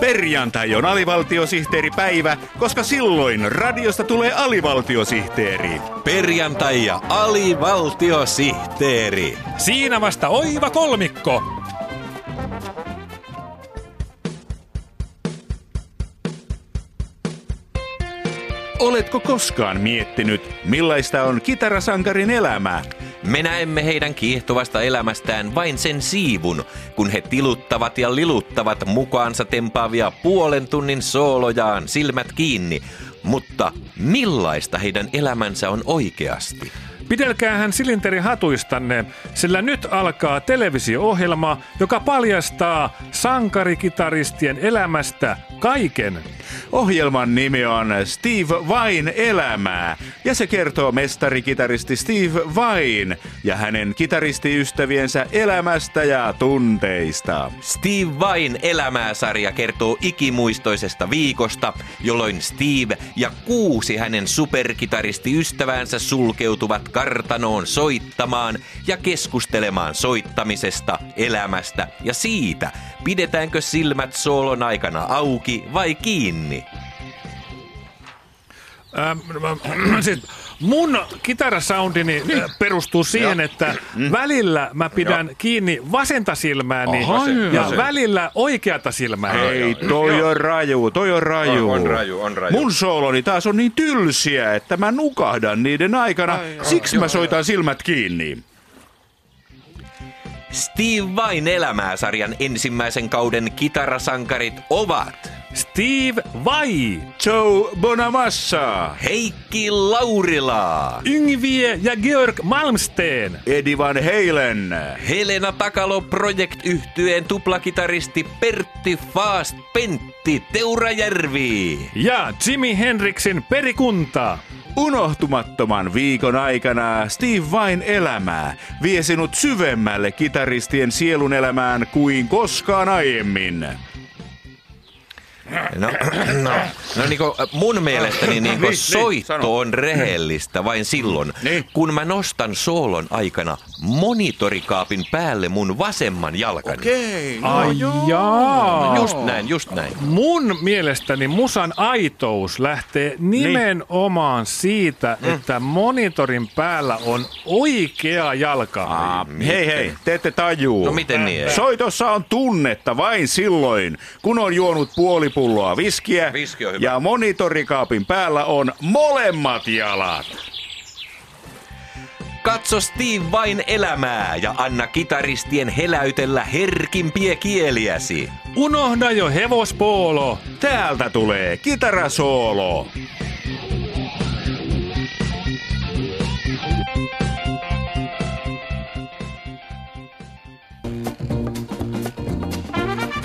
Perjantai on alivaltiosihteeripäivä, koska silloin radiosta tulee alivaltiosihteeri. Perjantai ja alivaltiosihteeri. Siinä vasta oiva kolmikko. Oletko koskaan miettinyt, millaista on kitarasankarin elämä? Me näemme heidän kiehtovasta elämästään vain sen siivun, kun he tiluttavat ja liluttavat mukaansa tempaavia puolen tunnin soolojaan silmät kiinni. Mutta millaista heidän elämänsä on oikeasti? Pidelkäähän silinteri hatuistanne, sillä nyt alkaa televisio-ohjelma, joka paljastaa sankarikitaristien elämästä kaiken. Ohjelman nimi on Steve Vain elämää ja se kertoo mestarikitaristi Steve Vain ja hänen kitaristiystäviensä elämästä ja tunteista. Steve Vain elämää-sarja kertoo ikimuistoisesta viikosta, jolloin Steve ja kuusi hänen superkitaristiystäväänsä sulkeutuvat kartanoon soittamaan ja keskustelemaan soittamisesta, elämästä ja siitä, pidetäänkö silmät soolon aikana auki vai kiinni. Ähm, ähm, siis mun kitarasoundini äh, perustuu siihen, että välillä mä pidän kiinni vasenta silmääni Aha, ja vasen. välillä oikeata silmääni. Ei, toi on raju, toi on raju. On- on raju, on raju. Mun sooloni taas on niin tylsiä, että mä nukahdan niiden aikana, siksi mä soitan silmät kiinni. Steve Vain elämää-sarjan ensimmäisen kauden kitarasankarit ovat Steve Vai, Joe Bonamassa, Heikki Laurila, Yngvie ja Georg Malmsteen. Eddie Van Halen, Helena Takalo Project yhtyeen tuplakitaristi Pertti Faast Pentti Teurajärvi. Ja Jimi Henriksin perikunta. unohtumattoman viikon aikana Steve Vain elämää vie sinut syvemmälle kitaristien sielun elämään kuin koskaan aiemmin. No, no, no niin kuin mun mielestäni niin Mm. Niin, kuin niin, soitto sano. on rehellistä vain silloin, Niin. kun mä nostan soolon aikana monitorikaapin päälle mun vasemman jalkani. Okei, no Ai jaa. Just näin, just näin. Mun mielestäni musan aitous lähtee nimenomaan siitä, että monitorin päällä on oikea jalka. Hei hei, te ette tajuu. No miten niin? Soitossa on tunnetta vain silloin, kun on juonut puoli pulloa viskiä Viski on hyvä. ja monitorikaapin päällä on molemmat jalat. Katso Steve vain elämää ja anna kitaristien heläytellä herkimpiä kieliäsi. Unohda jo hevospoolo. Täältä tulee kitarasoolo.